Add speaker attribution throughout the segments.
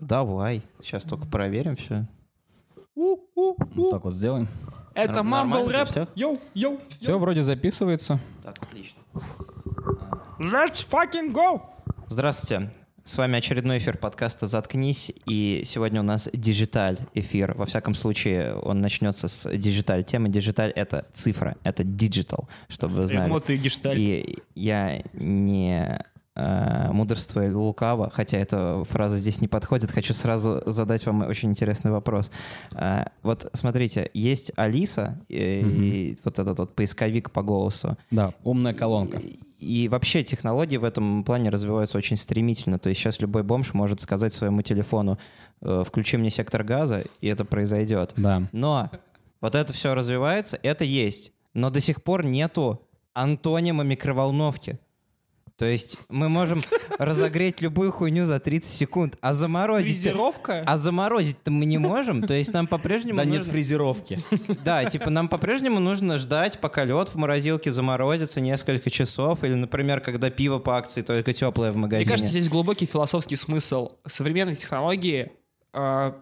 Speaker 1: Давай. Сейчас только проверим все. Ну,
Speaker 2: Вот так вот сделаем.
Speaker 3: Это
Speaker 1: Нормально
Speaker 3: Mumble
Speaker 1: для
Speaker 3: Rap.
Speaker 1: всех?
Speaker 3: Йоу, йоу.
Speaker 2: Все, вроде записывается.
Speaker 1: Так, отлично.
Speaker 3: Let's fucking go.
Speaker 1: Здравствуйте. С вами очередной эфир подкаста «Заткнись», и сегодня у нас диджиталь эфир. Во всяком случае, он начнется с диджиталь темы. Диджиталь — это цифра, это диджитал, чтобы вы знали.
Speaker 3: Эмоции гештальт.
Speaker 1: И я не э, мудрство и лукаво, хотя эта фраза здесь не подходит, хочу сразу задать вам очень интересный вопрос. Э, вот смотрите, есть Алиса, э, и вот этот вот поисковик по голосу,
Speaker 2: Да, умная колонка.
Speaker 1: и вообще технологии в этом плане развиваются очень стремительно. То есть сейчас любой бомж может сказать своему телефону, э, включи мне сектор газа, и это произойдет.
Speaker 2: Да.
Speaker 1: Но вот это все развивается, это есть. Но до сих пор нету антонима микроволновки. То есть мы можем разогреть любую хуйню за 30 секунд, а заморозить...
Speaker 3: Фрезеровка?
Speaker 1: А заморозить-то мы не можем, то есть нам по-прежнему нужно-
Speaker 2: фрезеровки.
Speaker 1: да, типа нам по-прежнему нужно ждать, пока лед в морозилке заморозится несколько часов, или, например, когда пиво по акции только теплое в
Speaker 3: Мне
Speaker 1: магазине.
Speaker 3: кажется, здесь глубокий философский смысл. Современные технологии э,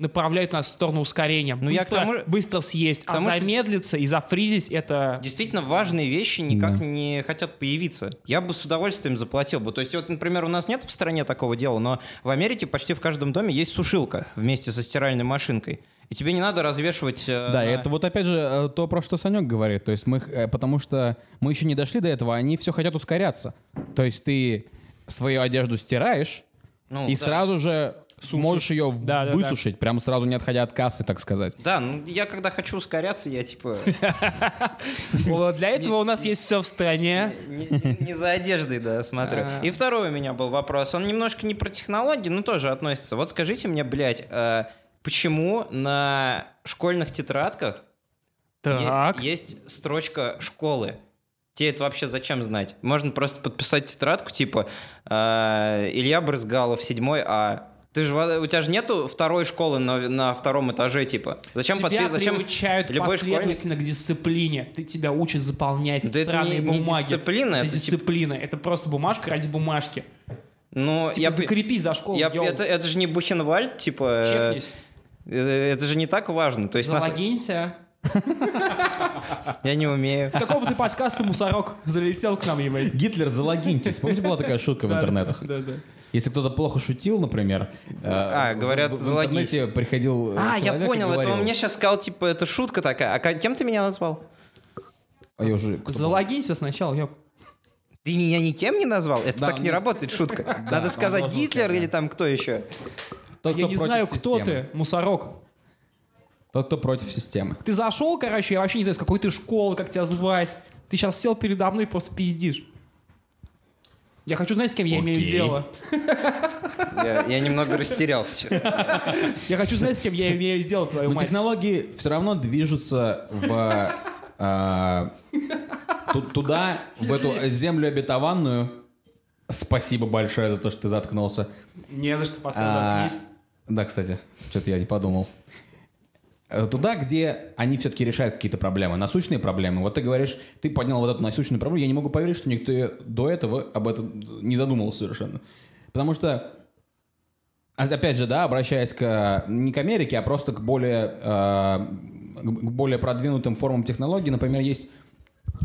Speaker 3: направляют нас в сторону ускорения.
Speaker 1: Ну, я
Speaker 3: быстро,
Speaker 1: к тому-
Speaker 3: быстро съесть,
Speaker 1: тому,
Speaker 3: а
Speaker 1: что-
Speaker 3: замедлиться и зафризить это...
Speaker 1: Действительно, важные вещи никак не хотят появиться. Я бы с удовольствием заплатил бы. То есть, вот, например, у нас нет в стране такого дела, но в Америке почти в каждом доме есть сушилка вместе со стиральной машинкой. И тебе не надо развешивать... э,
Speaker 2: Да,
Speaker 1: на-
Speaker 2: и это вот опять же э, то, про что Санек говорит. То есть мы, их, э, потому что мы еще не дошли до этого, они все хотят ускоряться. То есть ты свою одежду стираешь
Speaker 1: Ну,
Speaker 2: и
Speaker 1: да.
Speaker 2: сразу же можешь ее в-
Speaker 3: Да, да, да.
Speaker 2: высушить, прямо сразу не отходя от кассы, так сказать.
Speaker 1: Да, ну я когда хочу ускоряться, я типа
Speaker 3: Вот Для этого у нас есть все в стране.
Speaker 1: Не- Не не за одеждой, да, смотрю.
Speaker 3: А.
Speaker 1: И второй у меня был вопрос. Он немножко не про технологии, но тоже относится. Вот скажите мне, блядь, э, почему на школьных тетрадках есть-
Speaker 3: Так.
Speaker 1: есть строчка школы? Тебе это вообще зачем знать? Можно просто подписать тетрадку, типа э, Илья Брызгалов, 7 А. Ты же, во- у тебя же нету второй школы на, на втором этаже, типа. Зачем
Speaker 3: тебя
Speaker 1: подпи- Зачем
Speaker 3: приучают
Speaker 1: любой школьник
Speaker 3: последовательно к дисциплине. Ты тебя учат заполнять
Speaker 1: Да это
Speaker 3: сраные
Speaker 1: не- не
Speaker 3: бумаги.
Speaker 1: дисциплина,
Speaker 3: это
Speaker 1: это тип-
Speaker 3: дисциплина. Это просто бумажка ради бумажки.
Speaker 1: Ну,
Speaker 3: Типа,
Speaker 1: я бы-
Speaker 3: закрепи за школу.
Speaker 1: Я-
Speaker 3: йоу.
Speaker 1: это, это же не Бухенвальд, типа. э,
Speaker 3: Чекнись.
Speaker 1: э, Это же не так важно. То есть нас-
Speaker 3: Залогинься.
Speaker 1: я не умею.
Speaker 3: С какого ты подкаста, мусорок, залетел к нам, ебать?
Speaker 2: Гитлер, залогиньтесь. Помните, была такая шутка в интернетах?
Speaker 3: Да, да.
Speaker 2: Если кто-то плохо шутил, например, а,
Speaker 1: говорят,
Speaker 2: в, в
Speaker 1: залогись.
Speaker 2: интернете приходил э,
Speaker 1: А, я
Speaker 2: человек и
Speaker 1: понял, это
Speaker 2: говорил.
Speaker 1: он мне сейчас сказал, типа, это шутка такая. А ка- кем ты меня назвал?
Speaker 2: А я уже... кто был?
Speaker 3: Залогинься сначала, ёп.
Speaker 1: Ты меня никем не назвал? Это
Speaker 2: Да,
Speaker 1: так не
Speaker 2: ну-
Speaker 1: работает, шутка. Надо
Speaker 2: он
Speaker 1: сказать
Speaker 2: должен
Speaker 1: Гитлер
Speaker 2: сказать,
Speaker 1: или там кто еще?
Speaker 3: Я
Speaker 2: Тот, кто
Speaker 3: не
Speaker 2: против
Speaker 3: знаю, кто
Speaker 2: системы.
Speaker 3: ты, мусорок.
Speaker 2: Тот, кто против системы.
Speaker 3: Ты зашел, короче, я вообще не знаю, с какой ты школы, как тебя звать. Ты сейчас сел передо мной и просто пиздишь. Я хочу знать, с кем я имею
Speaker 2: Окей.
Speaker 3: дело.
Speaker 1: Я, я немного растерялся, честно.
Speaker 3: Я хочу знать, с кем я имею дело, твою
Speaker 2: Но
Speaker 3: мать.
Speaker 2: технологии все равно движутся в... э, ту- Туда, в эту землю обетованную. Спасибо большое за то, что ты заткнулся.
Speaker 3: Не за что
Speaker 2: А,
Speaker 3: подсказать.
Speaker 2: Да, кстати, что-то я не подумал. Э, Туда, где они все-таки решают какие-то проблемы, насущные проблемы. Вот ты говоришь, ты поднял вот эту насущную проблему, я не могу поверить, что никто до этого об этом не задумывался совершенно. Потому что, а- опять же, да, обращаясь к, не к Америке, а просто к более, э, к к более продвинутым формам технологий, например, есть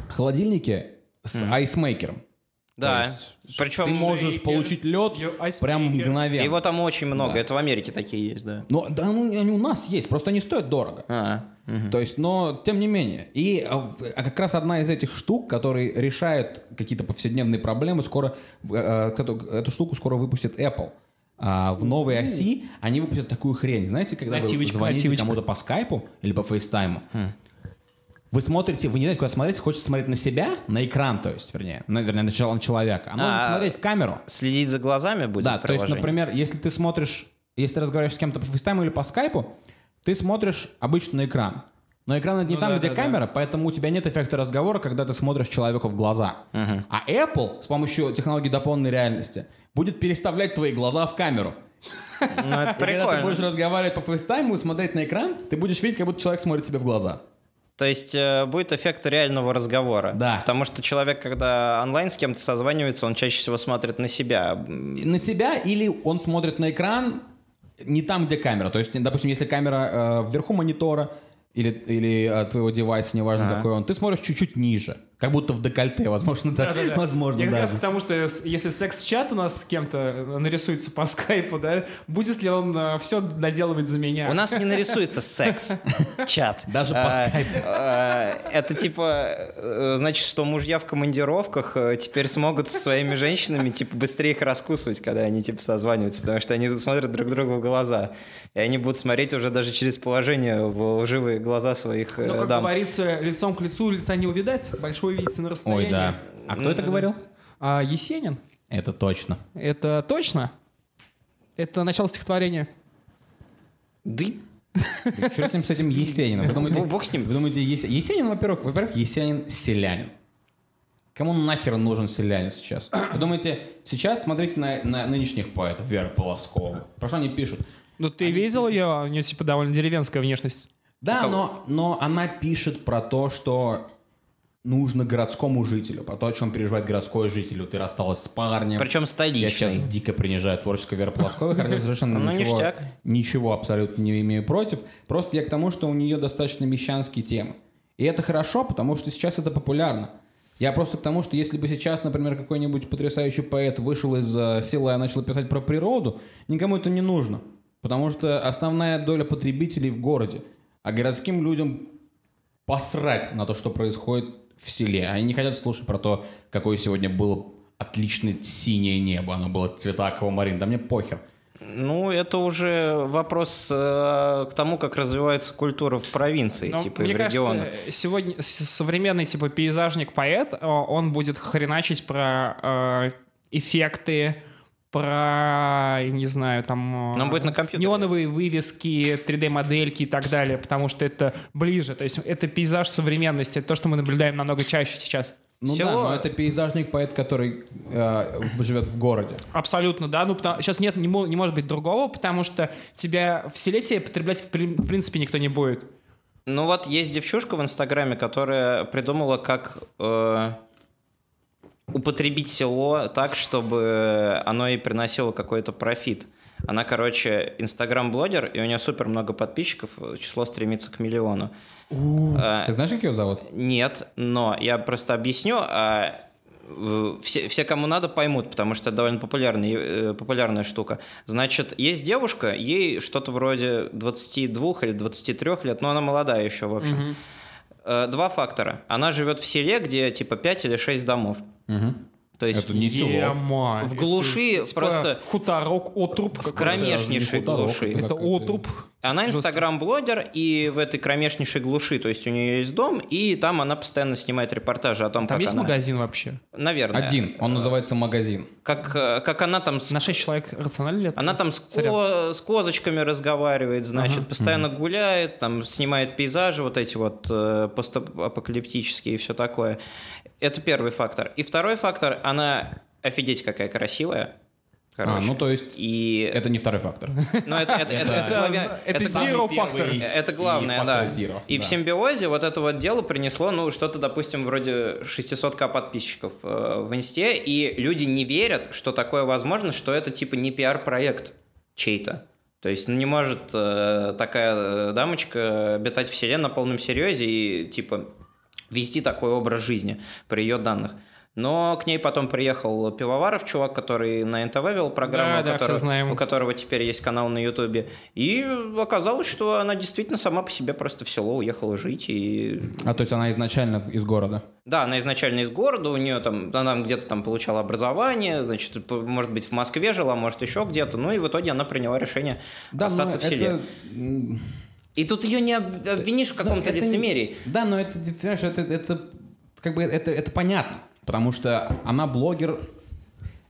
Speaker 2: холодильники с айсмейкером.
Speaker 1: Да.
Speaker 2: То есть
Speaker 1: Причем.
Speaker 2: Ты можешь получить лед
Speaker 3: Ё, айсмейкер.
Speaker 2: прямо мгновенно.
Speaker 1: Его там очень много. Это в Америке такие есть, да.
Speaker 2: Но да, ну, они у нас есть, просто они стоят дорого.
Speaker 1: А.
Speaker 2: То есть, но тем не менее. И а, в- а как раз одна из этих штук, которые решает какие-то повседневные проблемы, скоро в- э, э, эту, эту штуку скоро выпустит Apple. А в новой оси они выпустят такую хрень. Знаете, когда
Speaker 3: Нативочка,
Speaker 2: вы звоните
Speaker 3: нативочка.
Speaker 2: кому-то по скайпу или по фейстайму, вы смотрите, вы не знаете, куда смотреть, хочется смотреть на себя, на экран, то есть, вернее, на, вернее, на чел- на человека. А, можно
Speaker 1: А,
Speaker 2: смотреть в камеру.
Speaker 1: Следить за глазами будет.
Speaker 2: Да, то есть,
Speaker 1: приложение?
Speaker 2: например, если ты смотришь, если ты разговариваешь с кем-то по фейстайму или по скайпу, ты смотришь обычно на экран. Но экран это не
Speaker 3: Ну
Speaker 2: там,
Speaker 3: да,
Speaker 2: где
Speaker 3: да, да.
Speaker 2: камера, поэтому у тебя нет эффекта разговора, когда ты смотришь человеку в глаза. А Apple с помощью технологии дополненной реальности будет переставлять твои глаза в камеру.
Speaker 1: Ну, это
Speaker 2: И когда ты будешь
Speaker 1: прикольно.
Speaker 2: разговаривать по фейстайму и смотреть на экран, ты будешь видеть, как будто человек смотрит тебе в глаза.
Speaker 1: То есть э, будет эффект реального разговора.
Speaker 2: Да.
Speaker 1: Потому что человек, когда онлайн с кем-то созванивается, он чаще всего смотрит на себя. М,
Speaker 2: И На себя или он смотрит на экран, не там, где камера. То есть, допустим, если камера э, вверху монитора или, или э, твоего девайса, неважно
Speaker 1: Ага.
Speaker 2: какой он, ты смотришь чуть-чуть ниже. Как будто в декольте, возможно, да.
Speaker 3: Да-да-да.
Speaker 2: Возможно,
Speaker 3: Я как
Speaker 2: да.
Speaker 3: раз к тому, что с- если секс-чат у нас с кем-то нарисуется по скайпу, да, будет ли он все доделывать за меня?
Speaker 1: У нас не нарисуется секс, чат.
Speaker 2: Даже по
Speaker 1: А,
Speaker 2: скайпу.
Speaker 1: а, Это типа, э, значит, что мужья в командировках э, теперь смогут со своими женщинами типа быстрее их раскусывать, когда они типа созваниваются, потому что они тут смотрят друг другу в глаза. И они будут смотреть уже даже через положение в живые глаза своих э,
Speaker 2: Ну,
Speaker 3: Но, Ну, как
Speaker 1: дам.
Speaker 3: говорится, лицом к лицу лица не увидать, большой видится на расстоянии.
Speaker 2: Ой, да. А кто это говорил?
Speaker 3: А Есенин?
Speaker 2: Это точно.
Speaker 3: Это точно? Это начало стихотворения.
Speaker 1: Да и
Speaker 2: Черт с ним, с этим Есениным. Вы думаете,
Speaker 1: Бог с ним.
Speaker 2: Вы думаете, Есе- Есенин, во-первых, во-первых, Есенин селянин. Кому нахер нужен селянин сейчас? Вы думаете, сейчас смотрите на, на нынешних поэтов, Вера Полоскова. Про что они пишут?
Speaker 3: Ну, ты видел ее? У нее, типа, довольно деревенская внешность.
Speaker 2: Да,
Speaker 1: кого?
Speaker 2: но, но она пишет про то, что нужно городскому жителю, про то, о чем переживает городской житель. Ты рассталась с парнем.
Speaker 1: Причем
Speaker 2: Я сейчас
Speaker 1: столичный.
Speaker 2: дико принижаю творческое Веры Полосковой, хотя совершенно
Speaker 1: Ну,
Speaker 2: ничего,
Speaker 1: ништяк.
Speaker 2: ничего абсолютно не имею против. Просто я к тому, что у нее достаточно мещанские темы. И это хорошо, потому что сейчас это популярно. Я просто к тому, что если бы сейчас, например, какой-нибудь потрясающий поэт вышел из э, села и начал писать про природу, никому это не нужно. Потому что основная доля потребителей в городе. А городским людям посрать на то, что происходит в селе. Они не хотят слушать про то, какое сегодня было отличное синее небо. Оно было цвета аквамарин. Да мне похер.
Speaker 1: Ну, это уже вопрос э, к тому, как развивается культура в провинции,
Speaker 2: Ну,
Speaker 3: Но
Speaker 1: типа, и
Speaker 3: Ну, мне
Speaker 1: в
Speaker 3: кажется, э,
Speaker 1: регионах.
Speaker 3: сегодня с- современный типа пейзажник-поэт, э, он будет хреначить про э, эффекты, про, я не знаю, там... э,
Speaker 1: Но он будет на компьютере.
Speaker 3: Неоновые вывески, 3D-модельки и так далее, потому что это ближе. То есть это пейзаж современности, это то, что мы наблюдаем намного чаще сейчас.
Speaker 2: Ну
Speaker 1: Село-
Speaker 2: да, но это пейзажник-поэт, который э, в- живет в городе.
Speaker 3: Абсолютно, да. Ну, потому, сейчас нет, не, мо- не может быть другого, потому что тебя в селе тебе потреблять в, прин- в принципе никто не будет.
Speaker 1: Ну вот есть девчушка в Инстаграме, которая придумала, как э, употребить село так, чтобы оно ей приносило какой-то профит. Она, короче, инстаграм-блогер, и у нее супер много подписчиков, число стремится к миллиону. Э,
Speaker 2: Ты знаешь, как его зовут?
Speaker 1: нет, но я просто объясню, а в- все, все, кому надо, поймут, потому что это довольно популярный, э, популярная штука. Значит, есть девушка, ей что-то вроде 22 или 23 лет, но она молодая еще, в общем. Э, Два фактора. Она живет в селе, где типа 5 или 6 домов. То есть
Speaker 2: Это не село.
Speaker 3: Ема,
Speaker 1: в глуши
Speaker 3: это, типа,
Speaker 1: просто-
Speaker 3: Хуторок, отруб.
Speaker 1: в
Speaker 3: какой-то.
Speaker 1: кромешнейшей
Speaker 2: не хуторок,
Speaker 1: глуши.
Speaker 2: это
Speaker 3: Это
Speaker 2: Как это?
Speaker 3: отруб.
Speaker 1: Она инстаграм-блогер, и в этой кромешнейшей глуши, то есть у нее есть дом, и там она постоянно снимает репортажи о том,
Speaker 3: Там
Speaker 1: как
Speaker 3: есть
Speaker 1: она...
Speaker 3: магазин вообще?
Speaker 1: Наверное.
Speaker 2: Один. Он называется «Магазин».
Speaker 1: Как, э, как она там с
Speaker 3: На 6 человек рационально ли это?
Speaker 1: Она там с, ко- с козочками разговаривает, значит, постоянно гуляет, там снимает пейзажи вот эти вот э, постапокалиптические и все такое. Это первый фактор. И второй фактор, она офигеть какая красивая.
Speaker 2: А,
Speaker 1: Короче.
Speaker 2: ну то есть
Speaker 1: И...
Speaker 2: это не второй фактор.
Speaker 1: Ну, это, это, это,
Speaker 3: Это-
Speaker 1: главя-
Speaker 3: это
Speaker 1: это
Speaker 3: zero
Speaker 2: Самый
Speaker 3: фактор.
Speaker 2: первый
Speaker 1: Э, это
Speaker 2: и
Speaker 1: главное,
Speaker 2: фактор
Speaker 1: да.
Speaker 2: zero,
Speaker 1: и в
Speaker 2: да.
Speaker 1: симбиозе вот это вот дело принесло, ну, что-то, допустим, вроде 600к подписчиков э, в инсте, и люди не верят, что такое возможно, что это типа не пиар-проект чей-то. То есть ну, не может э, такая э, дамочка обитать в селе на полном серьезе и типа вести такой образ жизни при ее данных. Но к ней потом приехал Пивоваров, чувак, который на НТВ вел программу,
Speaker 3: Да,
Speaker 1: у
Speaker 3: да, все
Speaker 1: которого-
Speaker 3: знаем.
Speaker 1: у которого теперь есть канал на Ютубе. И оказалось, что она действительно сама по себе просто в село уехала жить. И...
Speaker 2: А то есть она изначально из города.
Speaker 1: Да, она изначально из города, у нее там, она где-то там получала образование, значит, п- может быть, в Москве жила, может, еще где-то. Ну и в итоге она приняла решение остаться
Speaker 2: но
Speaker 1: в селе.
Speaker 2: ну, это, м,
Speaker 1: И тут ее не об- обвинишь в каком-то
Speaker 2: Да, Ну, это не-
Speaker 1: лицемерии.
Speaker 2: Да, но это, ты понимаешь, это, это как бы это, это понятно, потому что она блогер.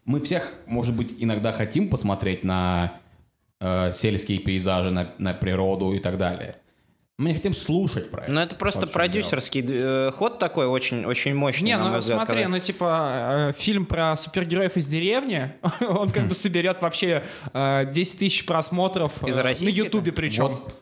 Speaker 2: Мы всех, может быть, иногда хотим посмотреть на э, сельские пейзажи, на, на природу и так далее. Мы не хотим слушать про это.
Speaker 1: Но Ну, это просто
Speaker 2: Вот в чём
Speaker 1: продюсерский э, ход такой очень, очень мощный.
Speaker 3: Не,
Speaker 1: на мой
Speaker 3: ну
Speaker 1: взгляд,
Speaker 3: смотри,
Speaker 1: когда-
Speaker 3: ну типа э, фильм про супергероев из деревни, он
Speaker 2: Хм.
Speaker 3: как бы соберет вообще э, 10 тысяч просмотров э,
Speaker 1: Из
Speaker 3: на
Speaker 1: России
Speaker 3: Ютубе
Speaker 2: дело.
Speaker 3: причем.
Speaker 2: Вот,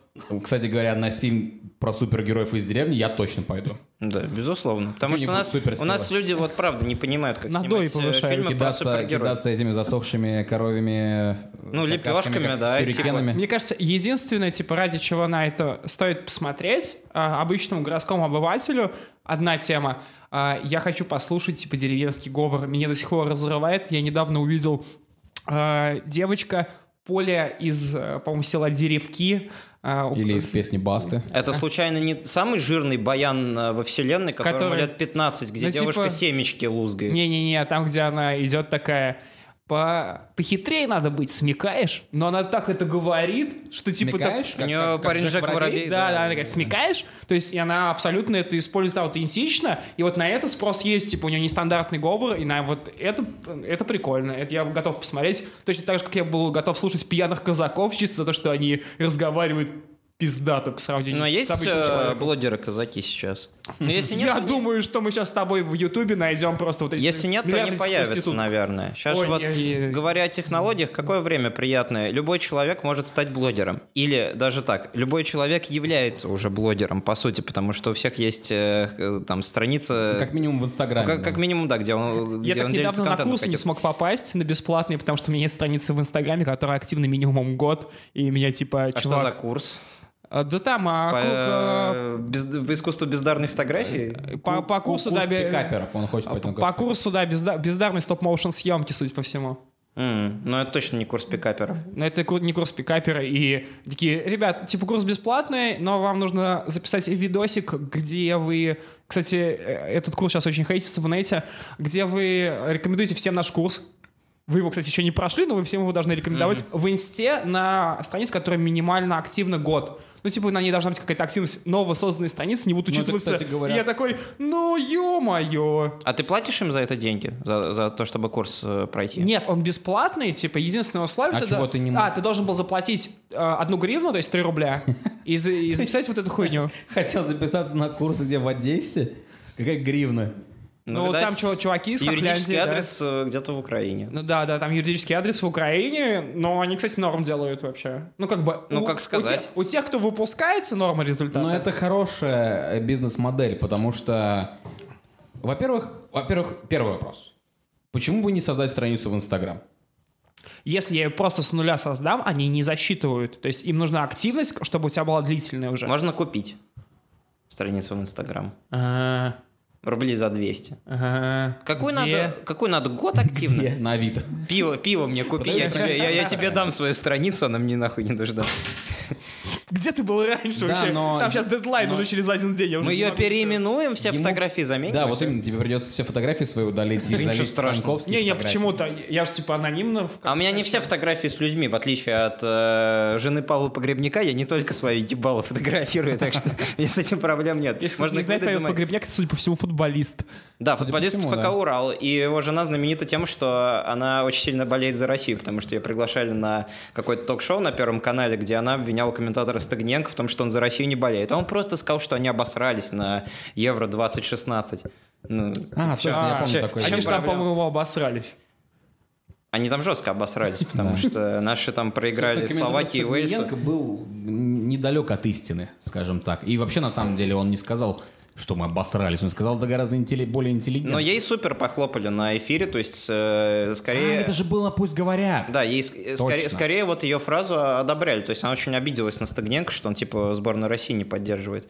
Speaker 2: кстати говоря, на фильм про супергероев из деревни, я точно пойду.
Speaker 3: ну,
Speaker 1: Да, безусловно. Потому что у
Speaker 2: Какие-нибудь
Speaker 1: нас, у нас люди вот правда не понимают, как
Speaker 4: Надои
Speaker 1: снимать э,
Speaker 4: повышают,
Speaker 1: фильмы про
Speaker 2: Кидаться,
Speaker 1: супергероев.
Speaker 2: кидаться этими засохшими коровьими... э,
Speaker 1: Ну,
Speaker 2: какашками,
Speaker 1: лепешками,
Speaker 2: как
Speaker 1: да, и
Speaker 2: сюрикенами.
Speaker 3: Мне кажется, единственное, типа, ради чего на это стоит посмотреть а, обычному городскому обывателю, одна тема. А, я хочу послушать, типа, деревенский говор. Меня до сих пор разрывает. Я недавно увидел а, девочка Поля из, а, по-моему, села Деревки. а, у-
Speaker 2: Или из песни Басты.
Speaker 1: Это случайно не самый жирный баян э, во вселенной, которому
Speaker 3: Который-
Speaker 1: лет 15, где
Speaker 3: Ну, типа-
Speaker 1: девушка семечки лузгает.
Speaker 3: Не-не-не, а там, где она идет такая... По... Похитрее надо быть, смекаешь? Но она так это говорит, что типа... так-
Speaker 2: Смекаешь?
Speaker 1: У нее парень Джек Воробей,
Speaker 3: Да,
Speaker 1: да.
Speaker 3: да, она такая, смекаешь? То есть, и она абсолютно это использует аутентично, и вот на это спрос есть, типа, у нее нестандартный говор, и на вот это, это прикольно, это я готов посмотреть, точно так же, как я был готов слушать пьяных казаков, чисто за то, что они разговаривают пиздато по сравнению
Speaker 1: Но
Speaker 3: с
Speaker 1: есть
Speaker 3: обычным
Speaker 1: э,
Speaker 3: человеком.
Speaker 1: блогеры-казаки сейчас. Но если нет,
Speaker 3: я
Speaker 1: они-
Speaker 3: думаю, что мы сейчас с тобой в Ютубе найдем просто вот эти
Speaker 1: Если нет, то
Speaker 3: миллиарды
Speaker 1: они
Speaker 3: этих
Speaker 1: появятся,
Speaker 3: проституток.
Speaker 1: наверное. Сейчас
Speaker 3: Ой,
Speaker 1: вот,
Speaker 3: я- я-
Speaker 1: говоря о технологиях, какое время приятное. Любой человек может стать блогером. Или даже так, любой человек является уже блогером, по сути, потому что у всех есть э, э, там страница...
Speaker 2: Как минимум в
Speaker 1: Ну,
Speaker 2: Инстаграме.
Speaker 1: как, как
Speaker 2: да.
Speaker 1: минимум, да, где он,
Speaker 3: Я
Speaker 1: где
Speaker 3: так
Speaker 1: он делится
Speaker 3: недавно на
Speaker 1: контентом
Speaker 3: курсы не
Speaker 1: каким-то.
Speaker 3: смог попасть на бесплатные, потому что у меня нет страницы в Инстаграме, которая активна минимум год, и меня типа,
Speaker 1: А что
Speaker 3: чувак...
Speaker 1: за курс?
Speaker 3: А, Да там, а,
Speaker 1: По,
Speaker 3: круг, а,
Speaker 1: э, без- по искусству бездарной фотографии?
Speaker 3: по, по
Speaker 2: Ку-
Speaker 3: курсу,
Speaker 2: курс
Speaker 3: да, бе-
Speaker 2: пикаперов, он хочет пойти на
Speaker 3: по
Speaker 2: курс.
Speaker 3: курсу, да, безда- бездарный стоп-моушен съемки, судя по всему.
Speaker 1: М, ну, это точно не курс пикаперов.
Speaker 3: Но это кур- не курс пикапера, и такие, ребят, типа курс бесплатный, но вам нужно записать видосик, где вы, кстати, э, этот курс сейчас очень хейтится в нете, где вы рекомендуете всем наш курс, вы его, кстати, еще не прошли, но вы всем его должны рекомендовать в инсте на странице, которая минимально активна год. Ну, типа, на ней должна быть какая-то активность. Новосозданные страницы не будут
Speaker 2: Ну, это,
Speaker 3: учитываться.
Speaker 2: кстати говоря-
Speaker 3: И я такой, ну, ё-моё.
Speaker 1: А ты платишь им за это деньги? За, за то, чтобы курс э, пройти?
Speaker 3: Нет, он бесплатный, типа, единственное условие...
Speaker 2: А
Speaker 3: это да-
Speaker 2: чего ты не
Speaker 3: А,
Speaker 2: мог?
Speaker 3: ты должен был заплатить э, одну гривну, то есть 3 рубля, и, за- и записать вот эту хуйню.
Speaker 2: Хотел записаться на курсы, где в Одессе? Какая гривна?
Speaker 3: Ну, вот там чу- чуваки из
Speaker 1: Юридический
Speaker 3: Хохляндии, да.
Speaker 1: адрес э, где-то в Украине.
Speaker 3: Ну да, да, там юридический адрес в Украине, но они, кстати, норм делают вообще. Ну, как бы...
Speaker 1: Ну,
Speaker 3: у-
Speaker 1: как
Speaker 3: у те-
Speaker 1: сказать.
Speaker 3: У, тех, кто выпускается, норма результата.
Speaker 2: Но Ну, это хорошая э, бизнес-модель, потому что, во-первых, во-первых, первый вопрос. Почему бы не создать страницу в Инстаграм?
Speaker 3: Если я ее просто с нуля создам, они не засчитывают. То есть им нужна активность, чтобы у тебя была длительная уже.
Speaker 1: Можно купить страницу в Инстаграм.
Speaker 3: А,
Speaker 1: Рублей за 200.
Speaker 3: ага.
Speaker 1: Какой,
Speaker 3: Где?
Speaker 1: надо, какой надо год активно?
Speaker 2: На Авито.
Speaker 1: Пиво, пиво мне купи, я тебе, я, я тебе дам свою страницу, она мне нахуй не нужна.
Speaker 3: Где ты был раньше
Speaker 2: Да,
Speaker 3: вообще?
Speaker 2: но-
Speaker 3: Там сейчас дедлайн
Speaker 2: но-
Speaker 3: уже через один день. я уже
Speaker 1: Мы
Speaker 3: не
Speaker 1: ее
Speaker 3: смогу ничего.
Speaker 1: переименуем, все
Speaker 2: Ему-
Speaker 1: фотографии заменим.
Speaker 2: Да,
Speaker 1: и
Speaker 2: вот
Speaker 1: всё.
Speaker 2: именно, тебе придется все фотографии свои удалить и
Speaker 1: ничего
Speaker 2: залить
Speaker 1: страшного.
Speaker 2: Санковские
Speaker 3: Не, не,
Speaker 2: фотографии.
Speaker 3: почему-то. Я же типа анонимно. в-
Speaker 1: А у меня не все фотографии с людьми, в отличие от э, жены Павла Погребняка, я не только свои ебалы фотографирую, так что мне с этим проблем нет.
Speaker 3: Если
Speaker 1: Можно
Speaker 3: Можно не
Speaker 1: их
Speaker 3: знает,
Speaker 1: выдать за
Speaker 3: Павел
Speaker 1: мои-
Speaker 3: Погребняк, это, судя по всему, футболист.
Speaker 1: Да, футболист
Speaker 2: всему,
Speaker 1: ФК
Speaker 2: да.
Speaker 1: «Урал», и его жена знаменита тем, что она очень сильно болеет за Россию, потому что ее приглашали на какое-то ток-шоу на Первом канале, где она обвиняла комментатора Стогненко в том, что он за Россию не болеет. А он просто сказал, что они обосрались на Евро-2016. Ну,
Speaker 2: А,
Speaker 1: типа,
Speaker 2: точно, я
Speaker 3: а,
Speaker 2: помню
Speaker 1: ща-
Speaker 2: такое.
Speaker 1: ща-
Speaker 3: Они
Speaker 1: чем
Speaker 3: же там,
Speaker 1: проблема?
Speaker 3: по-моему, его обосрались.
Speaker 1: Они там жестко обосрались, потому что наши там проиграли
Speaker 2: Собственно,
Speaker 1: Словакии и
Speaker 2: комментатор
Speaker 1: Уэльсу.
Speaker 2: Стогниенко был н- недалек от истины, скажем так. И вообще, на самом деле, он не сказал, что мы обосрались. Он сказал, да гораздо интелли- более интеллигентно.
Speaker 1: Но ей супер похлопали на эфире, то есть э,
Speaker 2: А,
Speaker 1: скорее...
Speaker 2: это же было «Пусть говорят».
Speaker 1: Да, ей ск- э, скорее, скорее вот ее фразу одобряли. То есть она очень обиделась на Стогненко, что он типа сборную России не поддерживает.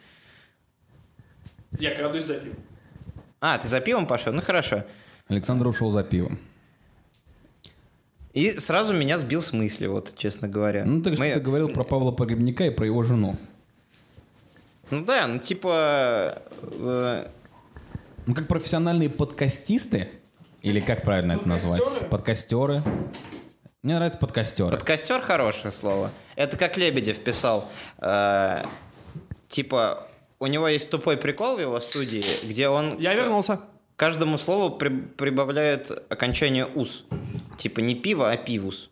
Speaker 3: Я крадусь за пиво.
Speaker 1: А, ты за пивом пошел? Ну хорошо.
Speaker 2: Александр ушел за пивом.
Speaker 1: И сразу меня сбил с мысли, вот, честно говоря.
Speaker 2: Ну, так что
Speaker 1: Мы-
Speaker 2: ты говорил про Павла Погребняка и про его жену.
Speaker 1: Ну да, ну типа... э,
Speaker 2: Ну, как профессиональные подкастисты, или как правильно это назвать? Подкастеры. Мне нравится подкастеры.
Speaker 1: Под костер хорошее слово. Это как Лебедев писал. э, типа, у него есть тупой прикол в его студии, где он...
Speaker 3: Я вернулся.
Speaker 1: к Каждому слову при- прибавляет окончание «ус». Типа не пиво, а пивус.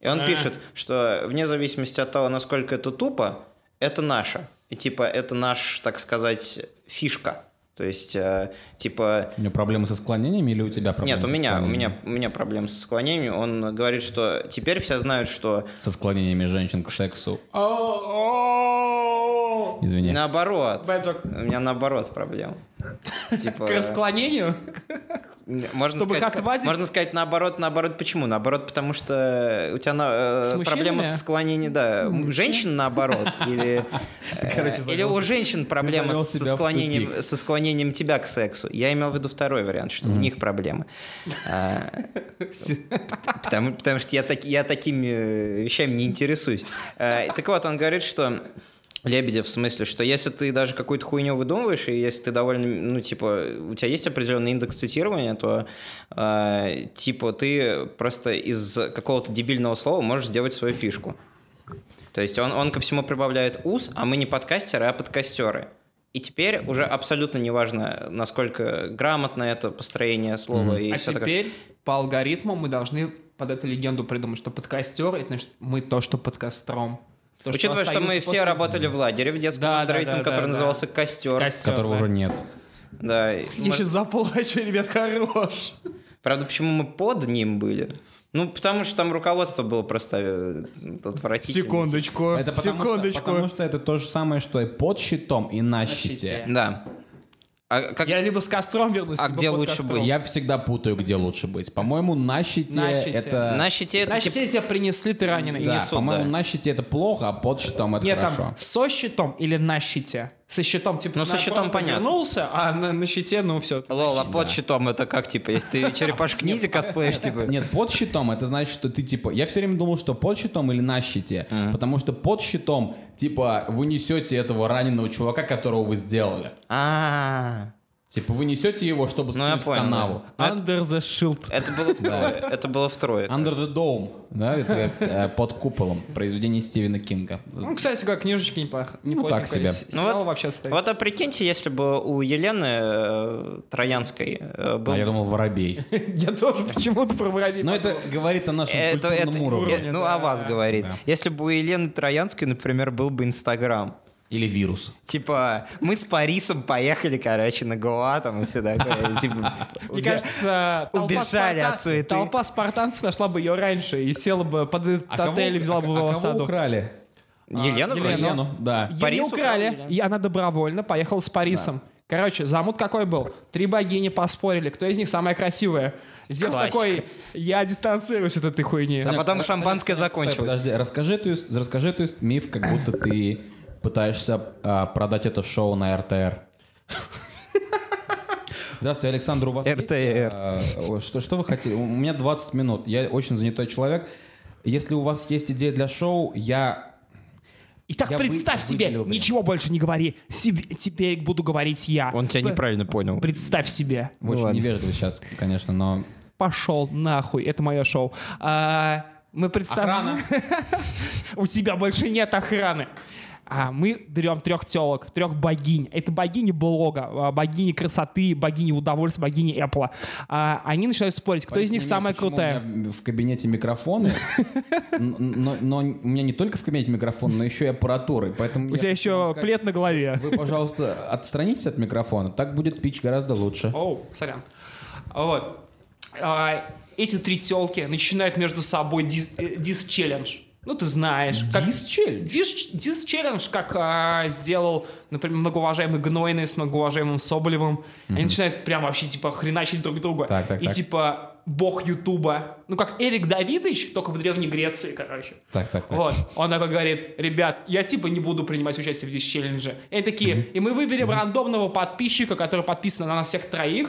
Speaker 1: И он
Speaker 3: А.
Speaker 1: пишет, что вне зависимости от того, насколько это тупо, это наше. И типа это наш, так сказать, фишка. То есть, э, типа,
Speaker 2: У него проблемы со склонениями или у тебя проблемы
Speaker 1: нет, у
Speaker 2: со
Speaker 1: меня, у
Speaker 2: склонениями?
Speaker 1: меня, у меня проблемы со склонением. Он говорит, что теперь все знают, что
Speaker 2: Со склонениями женщин к сексу.
Speaker 3: О,
Speaker 2: Извини.
Speaker 1: Наоборот.
Speaker 3: Бэджок.
Speaker 1: У меня наоборот проблема. Типа,
Speaker 3: к расклонению?
Speaker 1: можно
Speaker 3: чтобы
Speaker 1: сказать,
Speaker 3: как-то водить.
Speaker 1: можно сказать наоборот, наоборот. Почему? Наоборот, потому что у тебя на- э,
Speaker 3: С мужчинами?
Speaker 1: проблема с склонением, да, у женщин наоборот, или э,
Speaker 2: Короче,
Speaker 1: или
Speaker 2: завел-
Speaker 1: у женщин проблема
Speaker 2: завел
Speaker 1: со
Speaker 2: себя в
Speaker 1: склонением
Speaker 2: тупик.
Speaker 1: со склонением тебя к сексу. Я имел в виду второй вариант, что у них проблемы. А, Потому, потому что я, так, я такими э, вещами не интересуюсь. Э, Так вот, он говорит, что Лебедев, в смысле, что если ты даже какую-то хуйню выдумываешь, и если ты довольно, ну, типа, у тебя есть определенный индекс цитирования, то, э, типа, ты просто из какого-то дебильного слова можешь сделать свою фишку. То есть он, он ко всему прибавляет ус, а мы не подкастеры, а подкастеры. И теперь уже абсолютно неважно, насколько грамотно это построение слова и
Speaker 3: А
Speaker 1: все
Speaker 3: теперь по алгоритму мы должны под эту легенду придумать, что подкастер — это значит мы то, что под костром. То,
Speaker 1: Учитывая, что мы
Speaker 3: остаются
Speaker 1: все
Speaker 3: после-
Speaker 1: работали в лагере в детском
Speaker 3: Да, да,
Speaker 1: оздоровительном,
Speaker 3: да, да,
Speaker 1: который
Speaker 3: да.
Speaker 1: назывался
Speaker 3: В
Speaker 1: «Костер».
Speaker 3: костёр,
Speaker 2: Которого
Speaker 3: да.
Speaker 2: уже нет.
Speaker 1: Да. и
Speaker 3: Я
Speaker 1: мы-
Speaker 3: сейчас заплачу, ребят, хорош.
Speaker 1: Правда, почему мы под ним были? Ну, потому что там руководство было просто э, отвратительное.
Speaker 3: Секундочку,
Speaker 2: Это потому
Speaker 3: секундочку.
Speaker 2: Что, потому что это то же самое, что и под щитом, и на, щите.
Speaker 3: щите.
Speaker 1: Да. А как-
Speaker 3: Я либо с костром вернусь,
Speaker 1: А
Speaker 3: либо
Speaker 1: где
Speaker 3: под
Speaker 1: лучше
Speaker 3: костром.
Speaker 1: быть?
Speaker 2: Я всегда путаю, где лучше быть. По-моему, на щите,
Speaker 3: На щите.
Speaker 2: это...
Speaker 1: На щите это
Speaker 3: Значит,
Speaker 1: типа...
Speaker 3: все тебя принесли, ты раненый.
Speaker 2: Да,
Speaker 1: несут,
Speaker 2: по-моему,
Speaker 1: да.
Speaker 2: на щите это плохо, а под щитом это
Speaker 3: Нет,
Speaker 2: хорошо.
Speaker 3: там со щитом или на щите? Со щитом, типа,
Speaker 1: Ну, со
Speaker 3: на-
Speaker 1: щитом
Speaker 3: просто
Speaker 1: понятно.
Speaker 3: вернулся, а на, на щите, ну, все.
Speaker 1: Лол, а под щитом это как, типа, если ты черепашек ниндзя косплеишь, типа...
Speaker 2: Нет, под щитом это значит, что ты типа. Я все время думал, что под щитом или на щите. Потому что под щитом, типа, вы несете этого раненого чувака, которого вы сделали.
Speaker 1: А,
Speaker 2: Типа, вы несете его, чтобы
Speaker 1: Ну, я
Speaker 2: скинуть в
Speaker 1: понял,
Speaker 2: канаву.
Speaker 3: Under the shield.
Speaker 1: это было втрое. Это было втрое.
Speaker 2: Under the Dome. Да, это э, под куполом. Произведение Стивена Кинга.
Speaker 3: Ну, кстати, как книжечки неплохо. неплохо
Speaker 2: так себе.
Speaker 1: Ну вот,
Speaker 3: вообще стоит.
Speaker 1: вот а прикиньте, если бы у Елены э, Троянской э, был...
Speaker 2: А я думал, воробей.
Speaker 3: Я тоже почему-то про воробей
Speaker 1: Ну,
Speaker 2: Но это говорит о нашем
Speaker 1: Это-
Speaker 2: культурном
Speaker 1: это-
Speaker 2: уровне.
Speaker 1: э, ну, о вас говорит. Если бы у Елены Троянской, например, был бы Инстаграм,
Speaker 2: Или вирус.
Speaker 1: Типа, мы с Парисом поехали, короче, на Гоа там и все такое. Типа,
Speaker 3: Мне
Speaker 1: да.
Speaker 3: кажется, толпа,
Speaker 1: убежали
Speaker 3: спарта-
Speaker 1: от суеты. А
Speaker 3: толпа спартанцев нашла бы ее раньше и села бы под этот отель и взяла бы
Speaker 2: а
Speaker 3: его в
Speaker 2: кого
Speaker 3: осаду.
Speaker 2: украли?
Speaker 1: Елену
Speaker 3: Елену.
Speaker 1: А, вроде.
Speaker 2: Елену, да.
Speaker 3: Ее
Speaker 1: Парис украл
Speaker 3: украли,
Speaker 1: Елену.
Speaker 3: и она добровольно поехала с Парисом. Короче, замут какой был? Три богини поспорили, кто из них самая красивая. Зевс
Speaker 1: Классика.
Speaker 3: такой, я дистанцируюсь от этой хуйни.
Speaker 1: А потом
Speaker 2: Нет,
Speaker 1: шампанское
Speaker 2: стой, стой,
Speaker 1: закончилось.
Speaker 2: Подожди, расскажи эту, ис- расскажи эту ис- миф, как будто ты пытаешься а, продать это шоу на РТР. Здравствуйте, Александр, у вас есть,
Speaker 1: РТР.
Speaker 2: а, о, что, что вы хотите? У меня 20 минут, я очень занятой человек. Если у вас есть идея для шоу, я...
Speaker 3: Итак,
Speaker 2: Я бы-
Speaker 3: представь себе,
Speaker 2: выделил бы.
Speaker 3: ничего больше не говори, Себе- теперь буду говорить я. П-
Speaker 1: неправильно понял.
Speaker 3: Представь себе.
Speaker 2: Вы очень
Speaker 1: ладно.
Speaker 2: невежливо сейчас, конечно, но...
Speaker 3: Пошел нахуй, это мое шоу. А, мы представляем...
Speaker 2: Охрана.
Speaker 3: У тебя больше нет охраны. А мы берем трех телок, трех богинь. Это богини блога, а, богини красоты, богини удовольствия, богини Apple. А, они начинают спорить, кто из них самая
Speaker 2: Почему у
Speaker 3: крутая.
Speaker 2: меня В кабинете микрофоны, н- но, но у меня не только в кабинете микрофон, но еще и аппаратуры, поэтому...
Speaker 3: У тебя еще плед на голове.
Speaker 2: Вы, пожалуйста, отстранитесь от микрофона, так будет пич гораздо лучше.
Speaker 3: Оу, сорян. Вот. А, эти три телки начинают между собой дис- э, дис-челлендж. ну, ты знаешь. как-
Speaker 2: Дис-челлендж?
Speaker 3: Дис- Дис-челлендж, как а, сделал, например, многоуважаемый Гнойный с многоуважаемым Соболевым. Они начинают прям вообще, типа, хреначить друг друга.
Speaker 2: Так, так,
Speaker 3: И,
Speaker 2: так.
Speaker 3: типа, бог Ютуба. Ну, как Эрик Давидович, только в Древней Греции, короче.
Speaker 2: Так, так, так.
Speaker 3: Вот. Он такой говорит, ребят, я типа не буду принимать участие в здесь челлендже. И они такие, и мы выберем рандомного подписчика, который подписан на нас всех троих,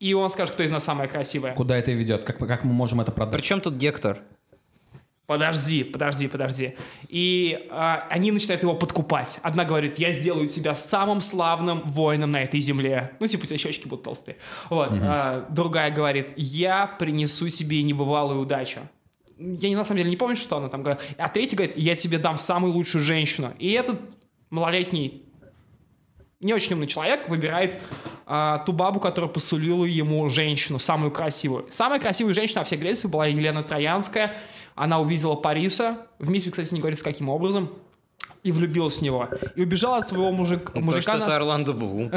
Speaker 3: и он скажет, кто из нас самая красивая.
Speaker 2: Куда это ведет? Как, мы- как мы можем это продать?
Speaker 1: Причем тут Гектор?
Speaker 3: Подожди, подожди, подожди. И а, они начинают его подкупать. Одна говорит, я сделаю тебя самым славным воином на этой земле. Ну, типа, у тебя щечки будут толстые. Вот. А, другая говорит, я принесу тебе небывалую удачу. Я не, на самом деле не помню, что она там говорит. А третья говорит, я тебе дам самую лучшую женщину. И этот малолетний, не очень умный человек выбирает а, ту бабу, которая посулила ему женщину, самую красивую. Самая красивая женщина во всей Греции была Елена Троянская. Она увидела Париса. В мифе, кстати, не говорится, каким образом. и влюбилась в него. И убежала от своего мужик-
Speaker 1: Ну, То, что
Speaker 3: мужика.
Speaker 1: это
Speaker 3: на-
Speaker 1: Орландо Блум.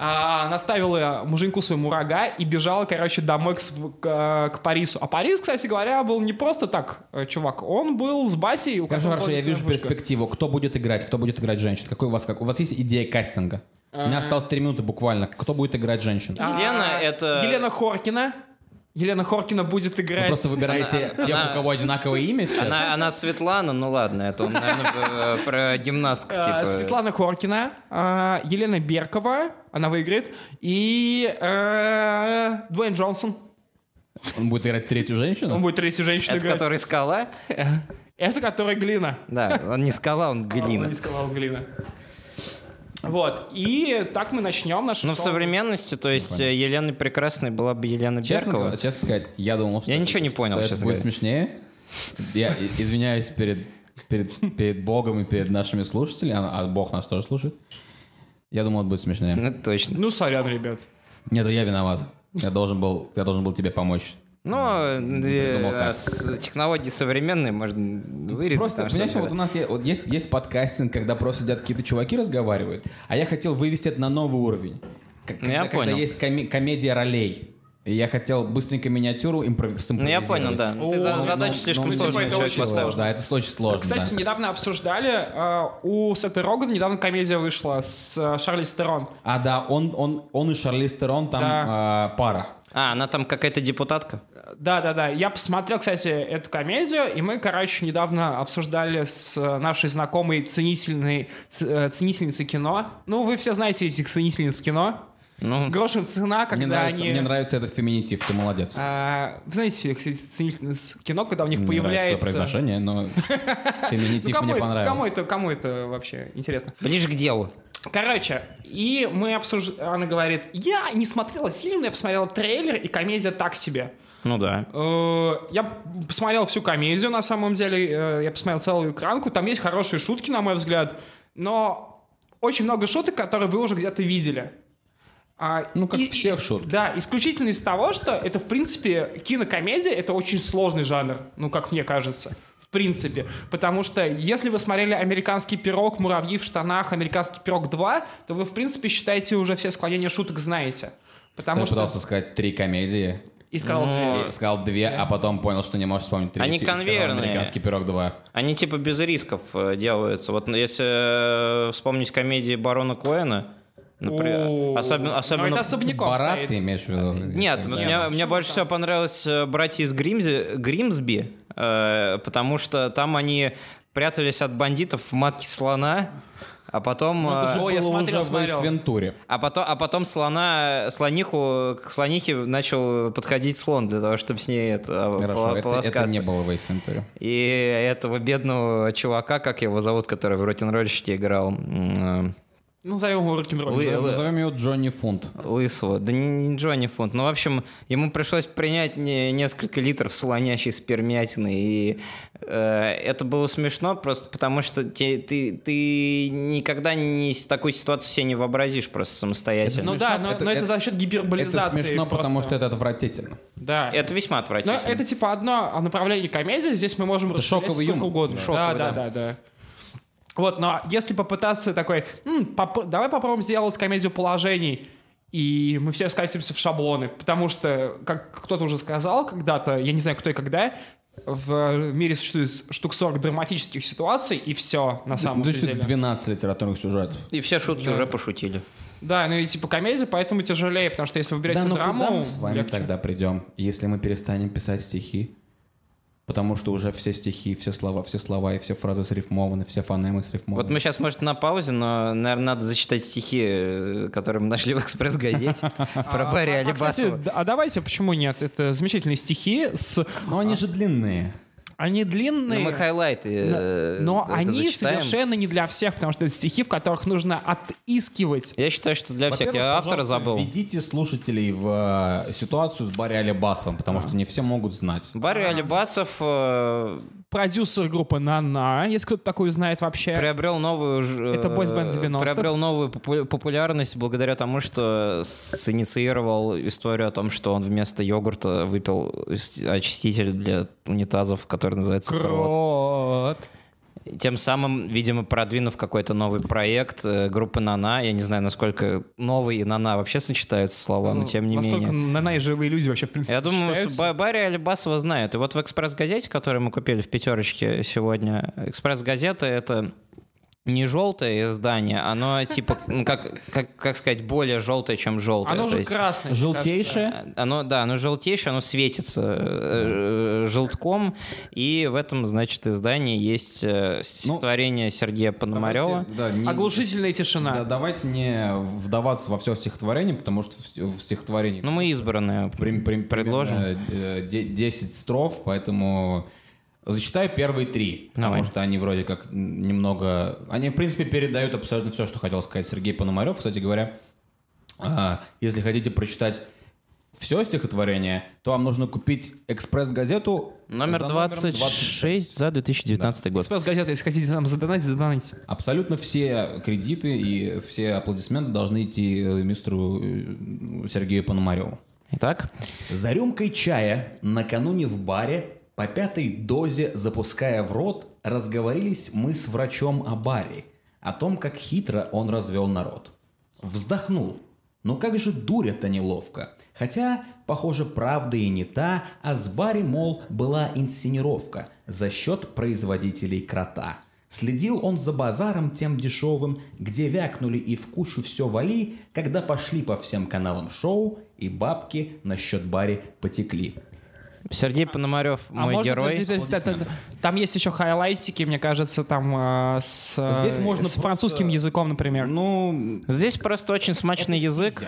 Speaker 3: а, наставила муженьку своему рога и бежала, короче, домой к, св- к, э, к Парису. А Парис, кстати говоря, был не просто так э, чувак. Он был с батей, у
Speaker 2: Как
Speaker 3: которого была
Speaker 2: я вижу
Speaker 3: девушка.
Speaker 2: перспективу. Кто будет играть? Кто будет играть женщин? Какой у вас, как, у вас есть идея кастинга? У меня осталось три минуты буквально. Кто будет играть женщин?
Speaker 3: А,
Speaker 1: Елена это- Ну,
Speaker 3: Елена Хоркина. Елена Хоркина будет
Speaker 2: Вы
Speaker 3: играть...
Speaker 2: просто выбираете тех, у кого одинаковое имя сейчас?
Speaker 1: Она, она Светлана, ну ладно, это он, наверное, э, про гимнасток,
Speaker 3: э,
Speaker 1: типа.
Speaker 3: Светлана Хоркина, э, Елена Беркова, она выиграет, и э, Дуэйн Джонсон.
Speaker 2: Он будет играть третью
Speaker 3: Он
Speaker 2: женщину?
Speaker 3: будет третью женщину
Speaker 1: Это
Speaker 3: играть.
Speaker 1: который скала?
Speaker 3: Это которая глина.
Speaker 1: Да, он не скала, он
Speaker 3: Она
Speaker 1: глина.
Speaker 3: не сказала глина. Вот, и так мы начнем наш
Speaker 1: Ну, в
Speaker 3: шоу.
Speaker 1: современности, то есть э, Еленой Прекрасной была бы Елена
Speaker 2: Честно,
Speaker 1: Беркова.
Speaker 2: говоря- честно сказать, я думал, что
Speaker 1: Я
Speaker 2: это-
Speaker 1: ничего не
Speaker 2: что
Speaker 1: понял,
Speaker 2: это
Speaker 1: честно
Speaker 2: будет
Speaker 1: говоря.
Speaker 2: смешнее. Я и- извиняюсь перед, перед, перед Богом и перед нашими слушателями, а а Бог нас тоже слушает. Я думал, это будет смешнее.
Speaker 1: Ну, точно.
Speaker 3: Ну, сорян, ребят.
Speaker 2: Нет, да я виноват. Я должен был, я должен был тебе помочь.
Speaker 1: Но
Speaker 2: придумал
Speaker 1: Ну, э,
Speaker 2: как.
Speaker 1: с- технологии современные можно вырезать.
Speaker 2: Просто,
Speaker 1: там
Speaker 2: понимаешь,
Speaker 1: что-то.
Speaker 2: вот у нас есть, вот есть, есть подкастинг, когда просто сидят какие-то чуваки разговаривают, а я хотел вывести это на новый уровень. К-
Speaker 1: Ну, я
Speaker 2: когда- когда
Speaker 1: понял.
Speaker 2: есть коме- комедия ролей. И я хотел быстренько миниатюру импров-
Speaker 1: Ну, я понял, да.
Speaker 3: О,
Speaker 1: Ты за-
Speaker 3: ну,
Speaker 1: задачу
Speaker 2: ну,
Speaker 1: слишком
Speaker 2: ну,
Speaker 3: типа,
Speaker 1: сложную
Speaker 3: это
Speaker 1: человек
Speaker 3: очень
Speaker 1: поставил.
Speaker 3: сложно.
Speaker 2: Да, это очень сложно.
Speaker 3: Кстати,
Speaker 2: да.
Speaker 3: недавно обсуждали, э, у Сета Рогана недавно комедия вышла с э, Шарли Стерон.
Speaker 2: А, да, он, он, он и Шарлиз Терон там а, пара.
Speaker 1: А, она там какая-то депутатка?
Speaker 3: Да-да-да, я посмотрел, кстати, эту комедию, и мы, короче, недавно обсуждали с э, нашей знакомой ценительной, ц- э, ценительницей кино. Ну, вы все знаете этих ценительниц кино.
Speaker 1: Ну,
Speaker 3: Грошин цена, когда
Speaker 2: Хм. Мне, нравится,
Speaker 3: они...
Speaker 2: мне нравится этот феминитив, ты молодец.
Speaker 3: А, вы знаете, кстати, ценительниц кино, когда у них
Speaker 2: Мне
Speaker 3: появляется...
Speaker 2: нравится твое произношение, но
Speaker 3: Ну,
Speaker 2: феминитив
Speaker 3: кому,
Speaker 2: мне
Speaker 3: это, кому,
Speaker 2: понравился.
Speaker 3: это, кому это вообще интересно?
Speaker 1: ближе к делу.
Speaker 3: Короче, и мы обсуждаем... Она говорит, я не смотрела фильм, но я посмотрела трейлер, и комедия так себе.
Speaker 1: Ну да.
Speaker 3: Э, Я посмотрел всю комедию, на самом деле. э, Я посмотрел целую экранку. Там есть хорошие шутки, на мой взгляд. Но очень много шуток, которые вы уже где-то видели. А,
Speaker 2: Ну, как всех шуток.
Speaker 3: Да, исключительно из того, что это, в принципе, кинокомедия — это очень сложный жанр, ну, как мне кажется. В принципе. Потому что если вы смотрели «Американский пирог», «Муравьи в штанах», «Американский пирог 2», то вы, в принципе, считаете уже все склонения шуток знаете. Потому
Speaker 2: Я
Speaker 3: что...
Speaker 2: пытался сказать три комедии.
Speaker 3: И сказал тебе...
Speaker 2: И сказал две, а потом понял, что не можешь вспомнить третью.
Speaker 1: Они
Speaker 2: и сказал
Speaker 1: конвейерные.
Speaker 2: Американский пирог 2.
Speaker 1: Они типа без рисков э, делаются. Вот ну, если э, вспомнить комедии Барона Коэна,
Speaker 3: О,
Speaker 1: например, особенно...
Speaker 3: Но
Speaker 2: а
Speaker 1: особенно...
Speaker 3: это особняком
Speaker 2: Барат
Speaker 3: стоит.
Speaker 2: ты имеешь в
Speaker 3: А,
Speaker 2: виду?
Speaker 1: Нет,
Speaker 2: Да.
Speaker 1: мне, мне больше всего понравилось э, «Братья из Гримзи, Гримсби», э, потому что там они прятались от бандитов в матке слона, а потом...
Speaker 3: Ну,
Speaker 1: э,
Speaker 3: это же
Speaker 2: Было
Speaker 3: Ой, я смотрел,
Speaker 2: уже в
Speaker 3: смотрел.
Speaker 2: Эйс-Вентуре.
Speaker 1: А потом, а потом слона, слониху, к слонихе начал подходить слон для того, чтобы с ней это, э,
Speaker 2: Хорошо,
Speaker 1: пола-
Speaker 2: это- это
Speaker 1: полоскаться.
Speaker 2: не было в Эйс-Вентуре.
Speaker 1: И этого бедного чувака, как его зовут, который в рок-н-ролльщике играл, м, э,
Speaker 3: Ну, назовем его рок-н-ролл.
Speaker 1: Лы-
Speaker 2: Назовем его Джонни Фунт.
Speaker 1: э, лысого, да не, не Джонни Фунт. Ну, в общем, ему пришлось принять не- несколько литров слонящей спермятины, и э, это было смешно просто потому, что те- ты, ты никогда не с такой ситуацию себе не вообразишь просто самостоятельно.
Speaker 3: Ну
Speaker 2: смешно,
Speaker 3: да, но но это,
Speaker 2: это- это-
Speaker 3: за счет
Speaker 2: Это
Speaker 3: гиперболизации.
Speaker 2: смешно,
Speaker 3: просто.
Speaker 2: потому что это отвратительно.
Speaker 3: Да.
Speaker 1: Это весьма
Speaker 3: Но
Speaker 1: отвратительно.
Speaker 3: это типа одно а направление комедии, здесь мы можем расширять
Speaker 2: шоковый
Speaker 3: сколько
Speaker 2: юмор.
Speaker 3: угодно. да,
Speaker 2: Шоковый,
Speaker 3: да, да, да. Вот, но если попытаться такой, «М, поп- давай попробуем сделать комедию положений, и мы все скатимся в шаблоны, потому что, как кто-то уже сказал когда-то, я не знаю кто и когда, в мире существует штук 40 драматических ситуаций, и все на самом
Speaker 2: То есть
Speaker 3: деле.
Speaker 2: 12 литературных сюжетов.
Speaker 1: И все шутки уже пошутили.
Speaker 3: Да, ну и типа комедия, поэтому тяжелее, потому что если вы берете
Speaker 2: Да, но
Speaker 3: драму,
Speaker 2: куда мы с вами
Speaker 3: легче.
Speaker 2: тогда придем, если мы перестанем писать стихи? Потому что уже все стихи, все слова, все слова и все фразы срифмованы, все фонемы срифмованы.
Speaker 1: Вот мы сейчас, может, на паузе, но, наверное, надо зачитать стихи, э, которые мы нашли в «Экспресс-газете» про Барри
Speaker 3: А, кстати,
Speaker 1: Алибасова. Ну,
Speaker 3: д- а давайте, почему нет? Это замечательные стихи. С...
Speaker 2: Но они же длинные.
Speaker 3: Они
Speaker 1: Ну,
Speaker 3: длинные,
Speaker 1: мы хайлайты э,
Speaker 3: но
Speaker 1: только
Speaker 3: они
Speaker 1: зачитаем.
Speaker 3: совершенно не для всех, потому что это стихи, в которых нужно отыскивать.
Speaker 1: Я считаю, что для всех.
Speaker 2: Во-первых,
Speaker 1: Я автора
Speaker 2: пожалуйста,
Speaker 1: забыл.
Speaker 2: Введите слушателей в э, ситуацию с Барри Алибасовым, потому что не все могут знать.
Speaker 1: Барри
Speaker 3: А.
Speaker 1: Алибасов э,
Speaker 3: Продюсер группы «На-на», если кто-то такую знает вообще.
Speaker 1: приобрел новую... ж-
Speaker 3: Э, Это
Speaker 1: э,
Speaker 3: boys band 90-х.
Speaker 1: Приобрел новую попу- популярность благодаря тому, что синициировал историю о том, что он вместо йогурта выпил ис- очиститель для унитазов, который называется «Крот».
Speaker 3: Крот.
Speaker 1: Тем самым, видимо, продвинув какой-то новый проект э, группы Нана, я не знаю, насколько новый и Нана вообще сочетаются слова, но тем не
Speaker 3: Ну, Насколько
Speaker 1: менее.
Speaker 3: на на и живые люди вообще, в принципе,
Speaker 1: Я думаю, с-
Speaker 3: сочетаются.
Speaker 1: Ба- Барри Альбасова знают. И вот в «Экспресс-газете», которую мы купили в «Пятерочке» сегодня, «Экспресс-газета» — это не желтое издание, оно типа, ну, как, как, как сказать, более желтое, чем желтое.
Speaker 3: Оно
Speaker 1: То
Speaker 3: уже
Speaker 1: есть-
Speaker 3: красное. мне
Speaker 2: Желтейшее.
Speaker 1: Э, Оно, да, оно желтейшее, оно светится э, э, желтком, и в этом, значит, издании есть э, стихотворение
Speaker 3: Ну,
Speaker 1: Сергея Пономарева.
Speaker 2: Давайте, да, не-
Speaker 3: кажется. Оглушительная
Speaker 2: Да,
Speaker 3: тишина.
Speaker 2: давайте не вдаваться во все стихотворение, потому что в ст- в стихотворении
Speaker 1: Ну, мы избранные
Speaker 2: прим- прим-
Speaker 1: предложим.
Speaker 2: примерно, э, де- 10 строф, поэтому зачитаю первые три, потому
Speaker 1: Давай.
Speaker 2: что они вроде как н- немного... Они, в принципе, передают абсолютно все, что хотел сказать Сергей Пономарев. Кстати говоря, а, если хотите прочитать все стихотворение, то вам нужно купить экспресс-газету
Speaker 1: Номер
Speaker 2: за
Speaker 1: 26 за 2019 год.
Speaker 3: Спецгазета, если хотите нам задонатить, задонатить.
Speaker 2: Абсолютно все кредиты и все аплодисменты должны идти э, мистеру э, Сергею Пономареву.
Speaker 1: Итак,
Speaker 2: За рюмкой чая накануне в баре, по пятой дозе запуская в рот, разговорились мы с врачом о баре, о том, как хитро он развел народ. Вздохнул. Ну как же дуря-то неловко. Хотя, похоже, правда и не та, а с баре, мол, была инсценировка за счет производителей крота. Следил он за базаром тем дешевым, где вякнули и в кучу все вали, когда пошли по всем каналам шоу, и бабки на счет баре потекли.
Speaker 1: Сергей Пономарев,
Speaker 2: А
Speaker 1: мой
Speaker 3: А, можно,
Speaker 1: герой.
Speaker 3: подожди, подожди, та- та- та- там есть еще хайлайтики, мне кажется, там э, с, э,
Speaker 2: Здесь можно
Speaker 3: с
Speaker 2: просто-
Speaker 3: французским языком, например.
Speaker 2: Ну,
Speaker 1: Здесь просто очень смачный язык.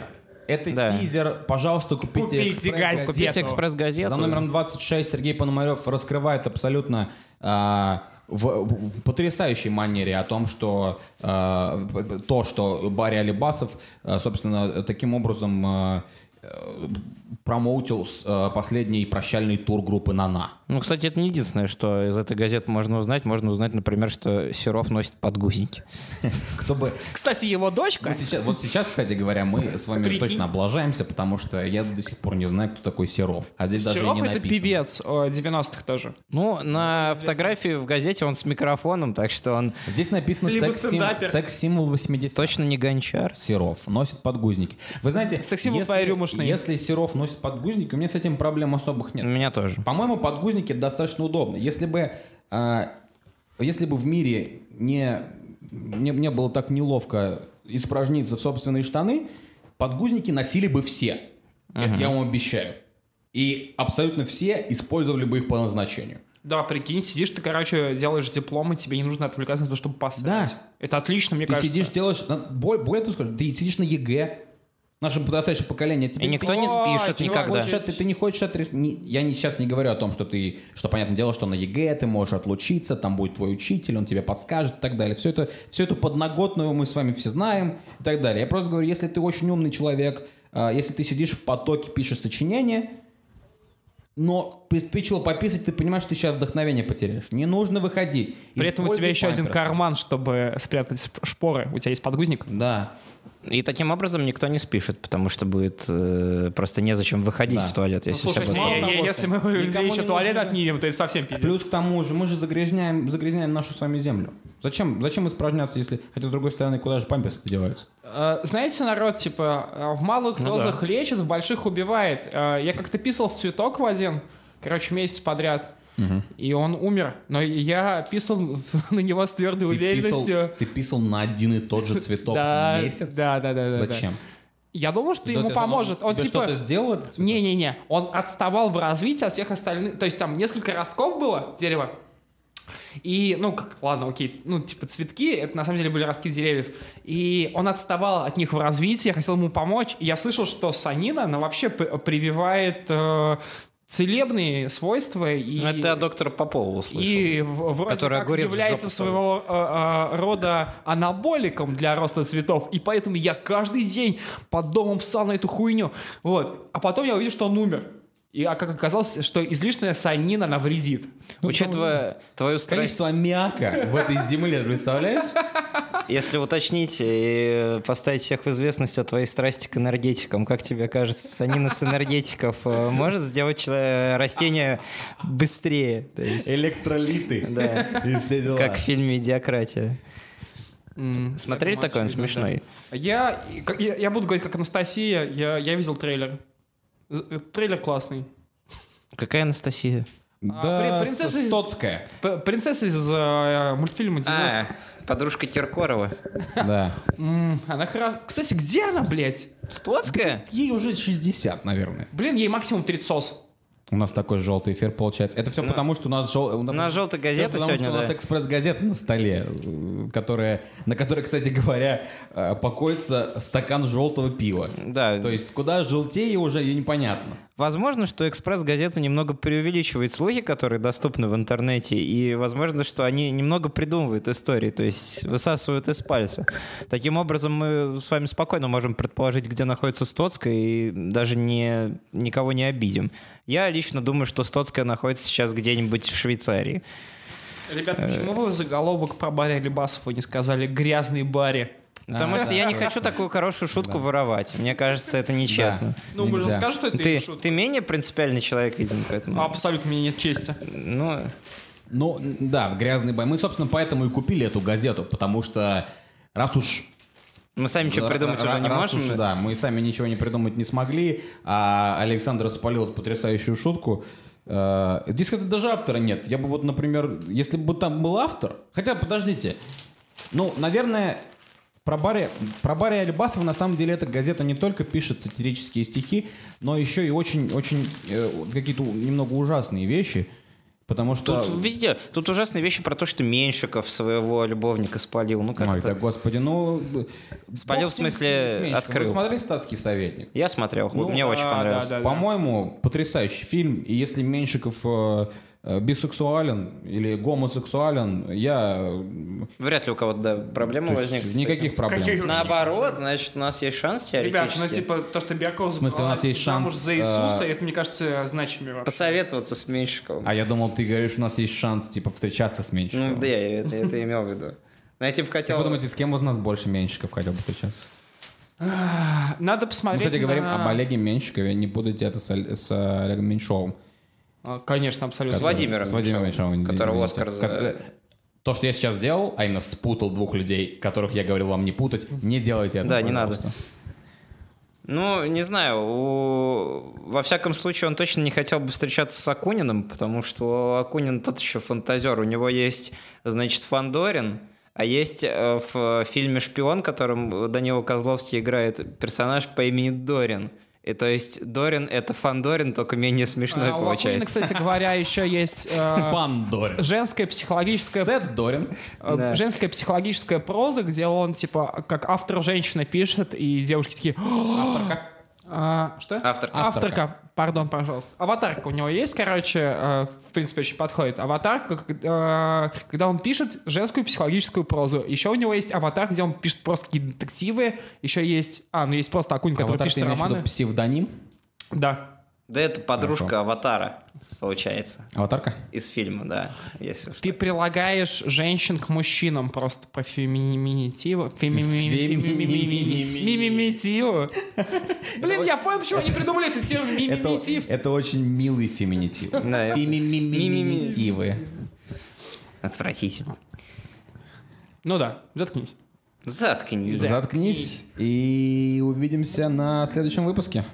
Speaker 2: это
Speaker 1: Да.
Speaker 2: тизер. Пожалуйста, купите,
Speaker 3: Купите
Speaker 2: «Экспресс-газету».
Speaker 3: газету.
Speaker 1: Купите экспресс-газету.
Speaker 2: За номером 26 Сергей Пономарев раскрывает абсолютно а, в, в потрясающей манере о том, что а, в- то, что Барри Алибасов, а, собственно, таким образом а, э, промоутил с- а, последний прощальный тур группы «Нана».
Speaker 1: Ну, кстати, это не единственное, что из этой газеты можно узнать. Можно узнать, например, что Серов носит подгузники.
Speaker 2: Кто бы...
Speaker 3: Кстати, его дочка...
Speaker 2: Мы сейчас- вот сейчас, кстати говоря, мы с вами точно облажаемся, потому что я до сих пор не знаю, кто такой Серов. А здесь даже и
Speaker 3: Серов
Speaker 2: не
Speaker 3: это
Speaker 2: написано.
Speaker 3: певец э, 90-х тоже.
Speaker 1: Ну, на фотографии в газете он с микрофоном, так что он
Speaker 2: Здесь написано
Speaker 3: Либо
Speaker 2: секс-сим-
Speaker 3: стендапер.
Speaker 2: секс-символ 80
Speaker 1: точно не гончар.
Speaker 2: Серов носит подгузники. Вы знаете,
Speaker 3: Секс-символ твоей
Speaker 2: если,
Speaker 3: рюмошной.
Speaker 2: если Серов носит подгузники, у меня с этим проблем особых
Speaker 1: У
Speaker 2: нет.
Speaker 1: меня тоже.
Speaker 2: По-моему, подгузники достаточно удобно. Если бы, а, если бы в мире не, не, не было так неловко испражниться в собственные штаны, подгузники носили бы все. Это я вам обещаю. И абсолютно все использовали бы их по назначению.
Speaker 3: Да, прикинь, сидишь ты, короче, делаешь диплом, и тебе не нужно отвлекаться на то, чтобы поставить.
Speaker 2: Да.
Speaker 3: Это отлично, мне
Speaker 2: Ты
Speaker 3: кажется.
Speaker 2: сидишь, делаешь... на- Более, более того скажу, ты сидишь на ЕГЭ. Наше подрастающее поколение... а тебе
Speaker 1: И никто не
Speaker 3: Ой,
Speaker 1: спишет
Speaker 3: чувак,
Speaker 1: никогда.
Speaker 2: хочешь от- ты, ты не хочешь отрез- не- я не, сейчас не говорю о том, что ты, что понятное дело, что на ЕГЭ ты можешь отлучиться, там будет твой учитель, он тебе подскажет и так далее. Все это, все эту подноготную мы с вами все знаем и так далее. Я просто говорю, если ты очень умный человек, а, если ты сидишь в потоке, пишешь сочинение, но приспичило пописать, ты понимаешь, что ты сейчас вдохновение потеряешь. Не нужно выходить.
Speaker 3: При этом у тебя
Speaker 2: Используй
Speaker 3: еще один
Speaker 2: памперсы.
Speaker 3: карман, чтобы спрятать сп- шпоры. У тебя есть подгузник.
Speaker 2: Да.
Speaker 1: И таким образом никто не спишет, потому что будет э, просто незачем выходить
Speaker 2: Да.
Speaker 1: в туалет, если
Speaker 3: Слушайте,
Speaker 1: все
Speaker 2: мало
Speaker 3: е-
Speaker 2: того,
Speaker 3: е-
Speaker 2: что
Speaker 3: если мы у
Speaker 2: никому
Speaker 3: людей
Speaker 2: не
Speaker 3: еще
Speaker 2: нужно-
Speaker 3: туалет отнимем, то это совсем пиздец.
Speaker 2: Плюс к тому же мы же загрязняем, загрязняем нашу с вами землю. Зачем, зачем испражняться, если... Хотя, с другой стороны, куда же памперсы деваются?
Speaker 3: Э, Знаете, народ, типа, э, в малых
Speaker 2: Ну
Speaker 3: дозах лечит, в больших убивает. Э, Я как-то писал в цветок в один, короче, месяц подряд. И он умер. Но я писал в- на него с твердой уверенностью.
Speaker 2: ты писал на один и тот же цветок
Speaker 3: Да,
Speaker 2: месяц?
Speaker 3: да, да, да, да.
Speaker 2: Зачем?
Speaker 3: Я думал, что
Speaker 2: Да
Speaker 3: ему
Speaker 2: ты-
Speaker 3: поможет. Он
Speaker 2: тебе
Speaker 3: типа.
Speaker 2: что-то сделал этот цветок?
Speaker 3: Не-не-не, он отставал в развитии от всех остальных. То есть там несколько ростков было дерева. И, ну, как, ладно, окей, ну, типа цветки, это на самом деле были ростки деревьев. И он отставал от них в развитии, я хотел ему помочь. И я слышал, что санина, она вообще п- прививает э, целебные свойства. И,
Speaker 1: Ну, Это я доктора Попова услышал.
Speaker 3: и в- вроде
Speaker 1: Который
Speaker 3: как
Speaker 1: огурец в
Speaker 3: является
Speaker 1: жопу
Speaker 3: своего э, э, рода анаболиком для роста цветов. И поэтому я каждый день под домом псал на эту хуйню. Вот. А потом я увидел, что он умер. И а как оказалось, что излишняя санина она вредит.
Speaker 1: Ну, Учитывая твою страсть
Speaker 2: Количество аммиака в этой земле, представляешь?
Speaker 4: Если уточнить и поставить всех в известность о твоей страсти к энергетикам, как тебе кажется, санин из энергетиков э, может сделать чело- э, растение быстрее? То есть,
Speaker 2: Электролиты.
Speaker 4: да.
Speaker 2: И все дела.
Speaker 4: Как в фильме «Идиократия».
Speaker 3: М,
Speaker 4: Смотрели
Speaker 3: я думаю,
Speaker 4: такой? Он
Speaker 3: очевидно,
Speaker 4: смешной.
Speaker 3: да. Я, я, я буду говорить как Анастасия, я, я видел трейлер. Э, Трейлер классный.
Speaker 4: Какая Анастасия?
Speaker 2: Да,
Speaker 3: А, при- принцесса-
Speaker 2: Стоцкая.
Speaker 3: П- Принцесса из э, мультфильма 90.
Speaker 1: А, подружка Киркорова.
Speaker 2: Да.
Speaker 3: М, Она хорошо. Кстати, где она, блядь?
Speaker 1: Стоцкая?
Speaker 2: Ей уже 60, наверное.
Speaker 3: Блин, ей максимум 30
Speaker 2: У нас такой желтый эфир получается. Это все потому, что у нас жел...
Speaker 1: У нас желтая газета
Speaker 2: потому,
Speaker 1: сегодня,
Speaker 2: что у нас
Speaker 1: да.
Speaker 2: экспресс-газета на столе, э, которая, на которой, кстати говоря, э, покоится стакан желтого пива.
Speaker 1: Да,
Speaker 2: То есть куда желтее уже и непонятно.
Speaker 1: Возможно, что «Экспресс-газета» немного преувеличивает слухи, которые доступны в интернете, и возможно, что они немного придумывают истории, то есть высасывают из пальца. Таким образом, мы с вами спокойно можем предположить, где находится Стоцкая, и даже не, никого не обидим. Я лично думаю, что Стоцкая находится сейчас где-нибудь в Швейцарии.
Speaker 3: Ребят, почему вы заголовок про Барри Алибасова не сказали? Грязный Барри.
Speaker 2: А.
Speaker 1: Потому что я не хочу такую хорошую шутку воровать. Мне кажется, это нечестно.
Speaker 3: Ну, мы же
Speaker 2: Нельзя.
Speaker 3: скажем, что это
Speaker 1: Ты,
Speaker 3: их шутка. А,
Speaker 1: ты менее принципиальный человек, видимо, поэтому.
Speaker 3: Абсолютно мне нет чести.
Speaker 1: Ну,
Speaker 2: Ну, н- да, грязный бай. Мы, собственно, поэтому и купили эту газету, потому что раз уж
Speaker 1: мы сами что
Speaker 2: Р-
Speaker 1: придумать
Speaker 2: р-
Speaker 1: уже не
Speaker 2: ну раз
Speaker 1: можем.
Speaker 2: уж, да, мы сами ничего не придумать не смогли, а Александр спалил эту потрясающую шутку. Э, Здесь, кстати, даже автора нет. Я бы вот, например, если бы там был автор... Хотя, подождите. Ну, наверное, про Барри, про Барри Алибасова на самом деле эта газета не только пишет сатирические стихи, но еще и очень-очень э, какие-то немного ужасные вещи. Потому что...
Speaker 1: Тут везде. Тут ужасные вещи про то, что Меньшиков своего любовника спалил. Ну
Speaker 2: Ой,
Speaker 1: как-то.
Speaker 2: да, господи, ну...
Speaker 1: Спалил,
Speaker 2: бог
Speaker 1: в
Speaker 2: с ним,
Speaker 1: смысле,
Speaker 2: с Меньшиковым.
Speaker 1: открыл.
Speaker 2: Вы смотрели «Статский советник»?
Speaker 1: Я смотрел,
Speaker 2: Ну,
Speaker 1: мне
Speaker 2: а,
Speaker 1: очень понравилось.
Speaker 3: да, да.
Speaker 2: По-моему, потрясающий фильм. И если Меньшиков э, э, бисексуален или гомосексуален, я э,
Speaker 1: Вряд ли у кого-то да, проблема
Speaker 2: то есть
Speaker 1: возникнет. с
Speaker 2: никаких
Speaker 1: этим.
Speaker 2: проблем.
Speaker 3: Какие-
Speaker 1: Наоборот, значит, у нас есть шанс
Speaker 3: Ребят,
Speaker 1: теоретически
Speaker 3: ну типа то, что Берков
Speaker 2: смысле, у нас
Speaker 3: забралась
Speaker 2: есть
Speaker 3: замуж
Speaker 2: шанс, э,
Speaker 3: за Иисуса, это, мне кажется, значимый вопрос.
Speaker 1: посоветоваться с Меньшиковым.
Speaker 2: А я думал, ты говоришь, у нас есть шанс типа встречаться с Меньшиковым.
Speaker 1: Ну да, я это, это имел в виду. Ну, я типа
Speaker 2: Как
Speaker 1: хотел...
Speaker 2: вы думаете, с кем из нас больше Меньшиков хотел бы встречаться?
Speaker 3: А, Надо
Speaker 2: Мы,
Speaker 3: посмотреть
Speaker 2: кстати, говорим
Speaker 3: на-
Speaker 2: об Олеге Меньшикове, не будете это с, Оле- с Олегом Меньшовым.
Speaker 3: А, Конечно,
Speaker 1: С
Speaker 3: абсолютно.
Speaker 1: Ну, Владимиром,
Speaker 2: С Владимиром Меньшовым, извините.
Speaker 1: которого Оскар за-
Speaker 2: Ко- То, что я сейчас сделал, а именно спутал двух людей, которых я говорил вам не путать, не делайте этого,
Speaker 1: Да, не надо.
Speaker 2: пожалуйста.
Speaker 1: Ну, не знаю, у- во всяком случае он точно не хотел бы встречаться с Акуниным, потому что Акунин тот еще фантазер, у него есть, значит, Фандорин, а есть э, в фильме «Шпион», в котором Данила Козловский играет персонаж по имени Дорин. И то есть Дорин — это Фандорин, только менее смешной
Speaker 3: А, у Акунина,
Speaker 1: получается.
Speaker 3: кстати говоря, еще есть э,
Speaker 2: Фан Дорин.
Speaker 3: женская психологическая
Speaker 2: Сет Дорин.
Speaker 3: Э,
Speaker 1: Да.
Speaker 3: женская психологическая проза, где он, типа, как автор женщина пишет, и девушки такие...
Speaker 2: Авторка.
Speaker 3: «А, что?
Speaker 1: Автор.
Speaker 3: Авторка. Пардон, пожалуйста. Аватарка у него есть, короче, э, в принципе, очень подходит. Аватарка, как- э, когда он пишет женскую психологическую прозу. Еще у него есть аватар, где он пишет просто какие-то детективы. Еще есть... А, ну есть просто Акунь, который
Speaker 2: Аватар, ты
Speaker 3: пишет
Speaker 2: имеешь в виду
Speaker 3: романы.
Speaker 2: псевдоним?
Speaker 3: Да.
Speaker 1: Да это подружка
Speaker 2: Хорошо.
Speaker 1: Аватара, получается,
Speaker 2: Аватарка?
Speaker 1: из фильма, да. Если уж
Speaker 3: Ты прилагаешь женщин к мужчинам просто по феминитиву.
Speaker 2: Фемини-
Speaker 3: Мимимитиву. Блин, я понял, почему они придумали этот термин мимимитив.
Speaker 2: очень милый феминитив.
Speaker 1: Да,
Speaker 2: Феминитивы.
Speaker 1: Отвратительно.
Speaker 3: Ну да, заткнись.
Speaker 1: Заткнись.
Speaker 2: Заткнись и увидимся на следующем выпуске.